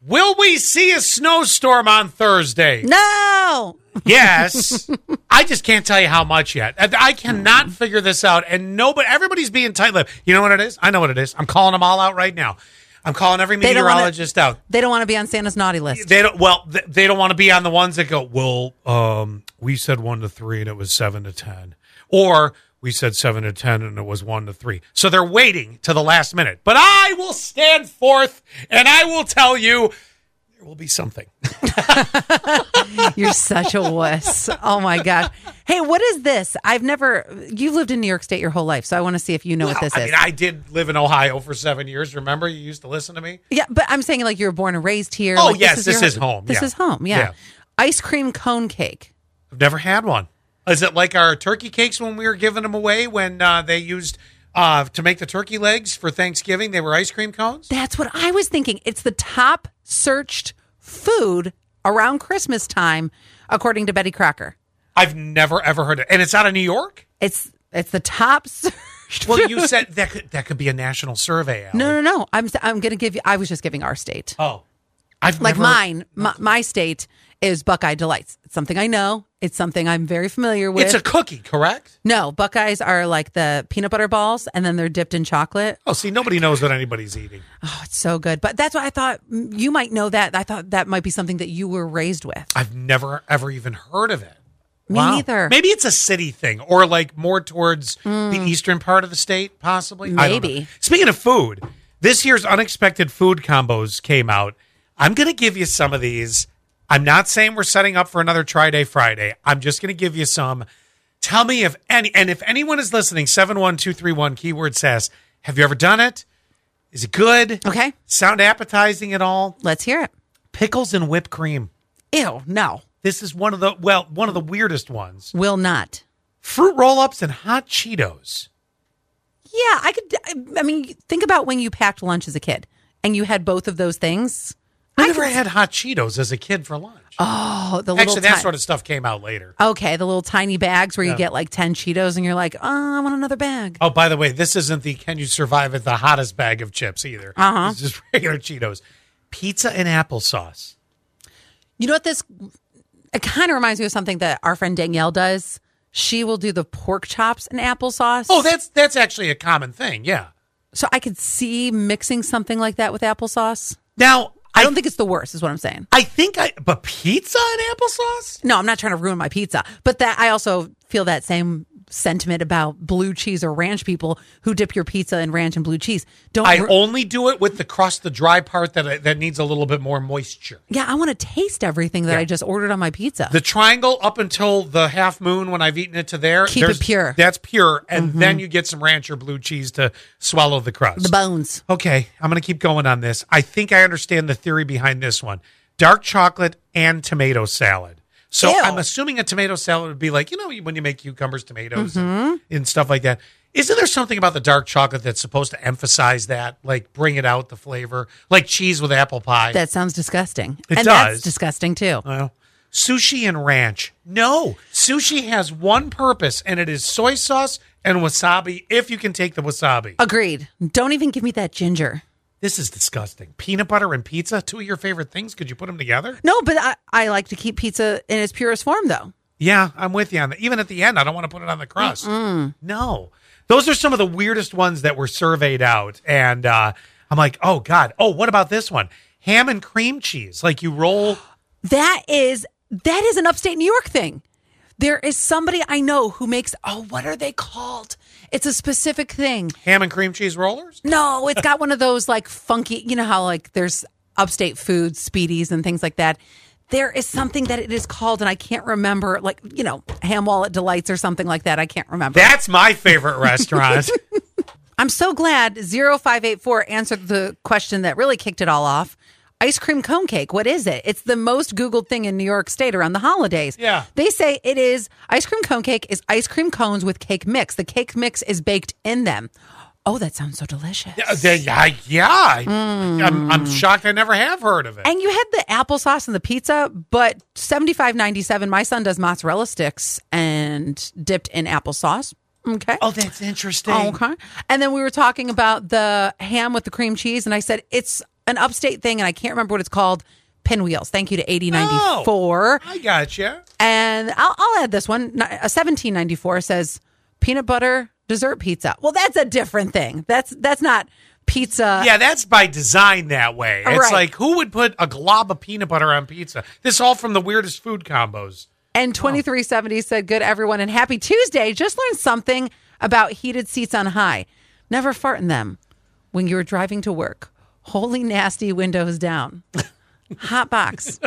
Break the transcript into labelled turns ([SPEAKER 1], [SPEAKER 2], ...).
[SPEAKER 1] Will we see a snowstorm on Thursday?
[SPEAKER 2] No.
[SPEAKER 1] Yes. I just can't tell you how much yet. I, I cannot
[SPEAKER 2] Mm-hmm.
[SPEAKER 1] figure this out. And nobody, everybody's being tight lipped. You know what it is? I know what it is. I'm calling them all out right now. I'm calling every
[SPEAKER 2] They don't wanna-
[SPEAKER 1] meteorologist out.
[SPEAKER 2] They don't want to be on Santa's naughty list.
[SPEAKER 1] They don't, well, th- they don't want to be on the ones that go, well, um, we said one to three and it was seven to 10. Or we said seven to 10 and it was one to three. So they're waiting to the last minute. But I will stand forth and I will tell you there will be something.
[SPEAKER 2] You're such a wuss. Oh my gosh. Hey, what is this? I've never. You've lived in New York State your whole life, so I want to see if you know what this
[SPEAKER 1] I
[SPEAKER 2] is.
[SPEAKER 1] mean, I did live in Ohio for seven years. Remember, you used to listen to me.
[SPEAKER 2] yeah, but I'm saying like you were born and raised here.
[SPEAKER 1] Oh,
[SPEAKER 2] like,
[SPEAKER 1] yes, this
[SPEAKER 2] your-
[SPEAKER 1] is home,
[SPEAKER 2] This
[SPEAKER 1] yeah.
[SPEAKER 2] is home. Yeah.
[SPEAKER 1] Yeah.
[SPEAKER 2] Ice cream cone cake.
[SPEAKER 1] I've never had one. Is it like our turkey cakes when we were giving them away when uh, they used uh, to make the turkey legs for Thanksgiving? They were ice cream cones.
[SPEAKER 2] That's what I was thinking. It's the top searched food around Christmas time, according to Betty Crocker.
[SPEAKER 1] I've never ever heard it, and it's out of New York.
[SPEAKER 2] It's it's the top searched.
[SPEAKER 1] Well, you said that could, that could be a national survey. Allie.
[SPEAKER 2] no, no, no. I'm I'm gonna give you. I was just giving our state.
[SPEAKER 1] Oh, I've
[SPEAKER 2] like
[SPEAKER 1] never-
[SPEAKER 2] mine my, my state is buckeye delights it's something i know it's something i'm very familiar with
[SPEAKER 1] It's a cookie, correct?
[SPEAKER 2] no buckeyes are like the peanut butter balls and then they're dipped in chocolate
[SPEAKER 1] Oh, see, nobody knows what anybody's eating.
[SPEAKER 2] oh it's so good but that's why i thought mm, you might know that i thought that might be something that you were raised with
[SPEAKER 1] I've never ever even heard of it.
[SPEAKER 2] me neither Mm.
[SPEAKER 1] Maybe it's a city thing or like more towards the eastern part of the state, possibly. I don't know.
[SPEAKER 2] Maybe.
[SPEAKER 1] Speaking of food, this year's unexpected food combos came out. I'm going to give you some of these. I'm not saying we're setting up for another Tri Day Friday. I'm just going to give you some. Tell me if any, and if anyone is listening, 71231 keyword sass, have you ever done it? Is it good?
[SPEAKER 2] Okay.
[SPEAKER 1] Sound appetizing at all?
[SPEAKER 2] let's hear it
[SPEAKER 1] Pickles and whipped cream.
[SPEAKER 2] ew no
[SPEAKER 1] This is one of the, well, one of the weirdest ones
[SPEAKER 2] will not
[SPEAKER 1] fruit roll-ups and hot cheetos
[SPEAKER 2] yeah i could I- i mean think about when you packed lunch as a kid and you had both of those things
[SPEAKER 1] i, never had hot cheetos as a kid for lunch
[SPEAKER 2] oh the little
[SPEAKER 1] actually that
[SPEAKER 2] ti-
[SPEAKER 1] sort of stuff came out later
[SPEAKER 2] Okay, the little tiny bags where you get like 10 Cheetos and you're like, oh, I want another bag.
[SPEAKER 1] oh by the way this isn't the can you survive at the hottest bag of chips either uh-huh it's just regular cheetos pizza and applesauce
[SPEAKER 2] You know what this it kind of reminds me of something that our friend Danielle does. She will do the pork chops and applesauce.
[SPEAKER 1] oh that's that's actually a common thing yeah
[SPEAKER 2] so I could see mixing something like that with applesauce.
[SPEAKER 1] now
[SPEAKER 2] I don't think it's the worst, is what I'm saying.
[SPEAKER 1] i think i but pizza and applesauce
[SPEAKER 2] No, I'm not trying to ruin my pizza, but that I also feel that same sentiment about blue cheese or ranch people who dip your pizza in ranch and blue cheese. Don't
[SPEAKER 1] i
[SPEAKER 2] ru-
[SPEAKER 1] only do it with the crust the dry part that that needs a little bit more moisture
[SPEAKER 2] yeah, I want to taste everything that I just ordered on my pizza.
[SPEAKER 1] The triangle up until the half moon when I've eaten it to there.
[SPEAKER 2] Keep it
[SPEAKER 1] there's-
[SPEAKER 2] pure. Mm-hmm.
[SPEAKER 1] That's pure. And then you get some ranch or blue cheese to swallow the crust.
[SPEAKER 2] the bones.
[SPEAKER 1] okay, I'm going to keep going on this. I think I understand the theory behind this one dark chocolate and tomato salad. So
[SPEAKER 2] Ew.
[SPEAKER 1] I'm assuming a tomato salad would be like, you know, when you make cucumbers, tomatoes, and,
[SPEAKER 2] Mm-hmm.
[SPEAKER 1] and stuff like that. Isn't there something about the dark chocolate that's supposed to emphasize that, like bring it out the flavor, like cheese with apple pie?
[SPEAKER 2] That sounds disgusting.
[SPEAKER 1] It
[SPEAKER 2] and
[SPEAKER 1] does.
[SPEAKER 2] that's disgusting too.
[SPEAKER 1] Well, sushi and ranch. No, sushi has one purpose, and it is soy sauce and wasabi. If you can take the wasabi,
[SPEAKER 2] Agreed. Don't even give me that ginger.
[SPEAKER 1] this is disgusting. Peanut butter and pizza, two of your favorite things. Could you put them together?
[SPEAKER 2] No, but I, I like to keep pizza in its purest form though.
[SPEAKER 1] Yeah, I'm with you on that. Even at the end, I don't want to put it on the crust. No, those are some of the weirdest ones that were surveyed out, and uh, I'm like, oh god. Oh, what about this one? Ham and cream cheese. Like you roll.
[SPEAKER 2] That is that is an upstate New York thing. There is somebody I know who makes oh, what are they called? It's a specific thing.
[SPEAKER 1] Ham and cream cheese rollers?
[SPEAKER 2] No, it's got one of those like funky, you know how like there's upstate foods, speedies and things like that. There is something that it is called and I can't remember like, you know, ham wallet delights or something like that. I can't remember.
[SPEAKER 1] That's my favorite restaurant.
[SPEAKER 2] I'm so glad 0584 answered the question that really kicked it all off. Ice cream cone cake, what is it? It's the most Googled thing in New York State around the holidays.
[SPEAKER 1] Yeah.
[SPEAKER 2] They say it is ice cream cone cake is ice cream cones with cake mix. The cake mix is baked in them. Oh, that sounds so delicious.
[SPEAKER 1] Uh, they- I- yeah, I, I'm, I'm shocked. I never have heard of it.
[SPEAKER 2] And you had the applesauce and the pizza, but 75.97 my son does mozzarella sticks and dipped in applesauce. Okay.
[SPEAKER 1] oh, that's interesting.
[SPEAKER 2] Okay. And then we were talking about the ham with the cream cheese, and I said it's an upstate thing, and I can't remember what it's called. Pinwheels. Thank you to 8094.
[SPEAKER 1] I gotcha.
[SPEAKER 2] And I'll, I'll add this one. Ni- uh, 1794 says peanut butter dessert pizza. Well, that's a different thing. That's that's not pizza.
[SPEAKER 1] Yeah, that's by design that way. It's
[SPEAKER 2] Right.
[SPEAKER 1] like who would put a glob of peanut butter on pizza? This all from the weirdest food combos.
[SPEAKER 2] And 2370 said, Good everyone and happy Tuesday. Just learned something about heated seats on high. Never fart in them when you were driving to work. Holy nasty windows down. Hot box.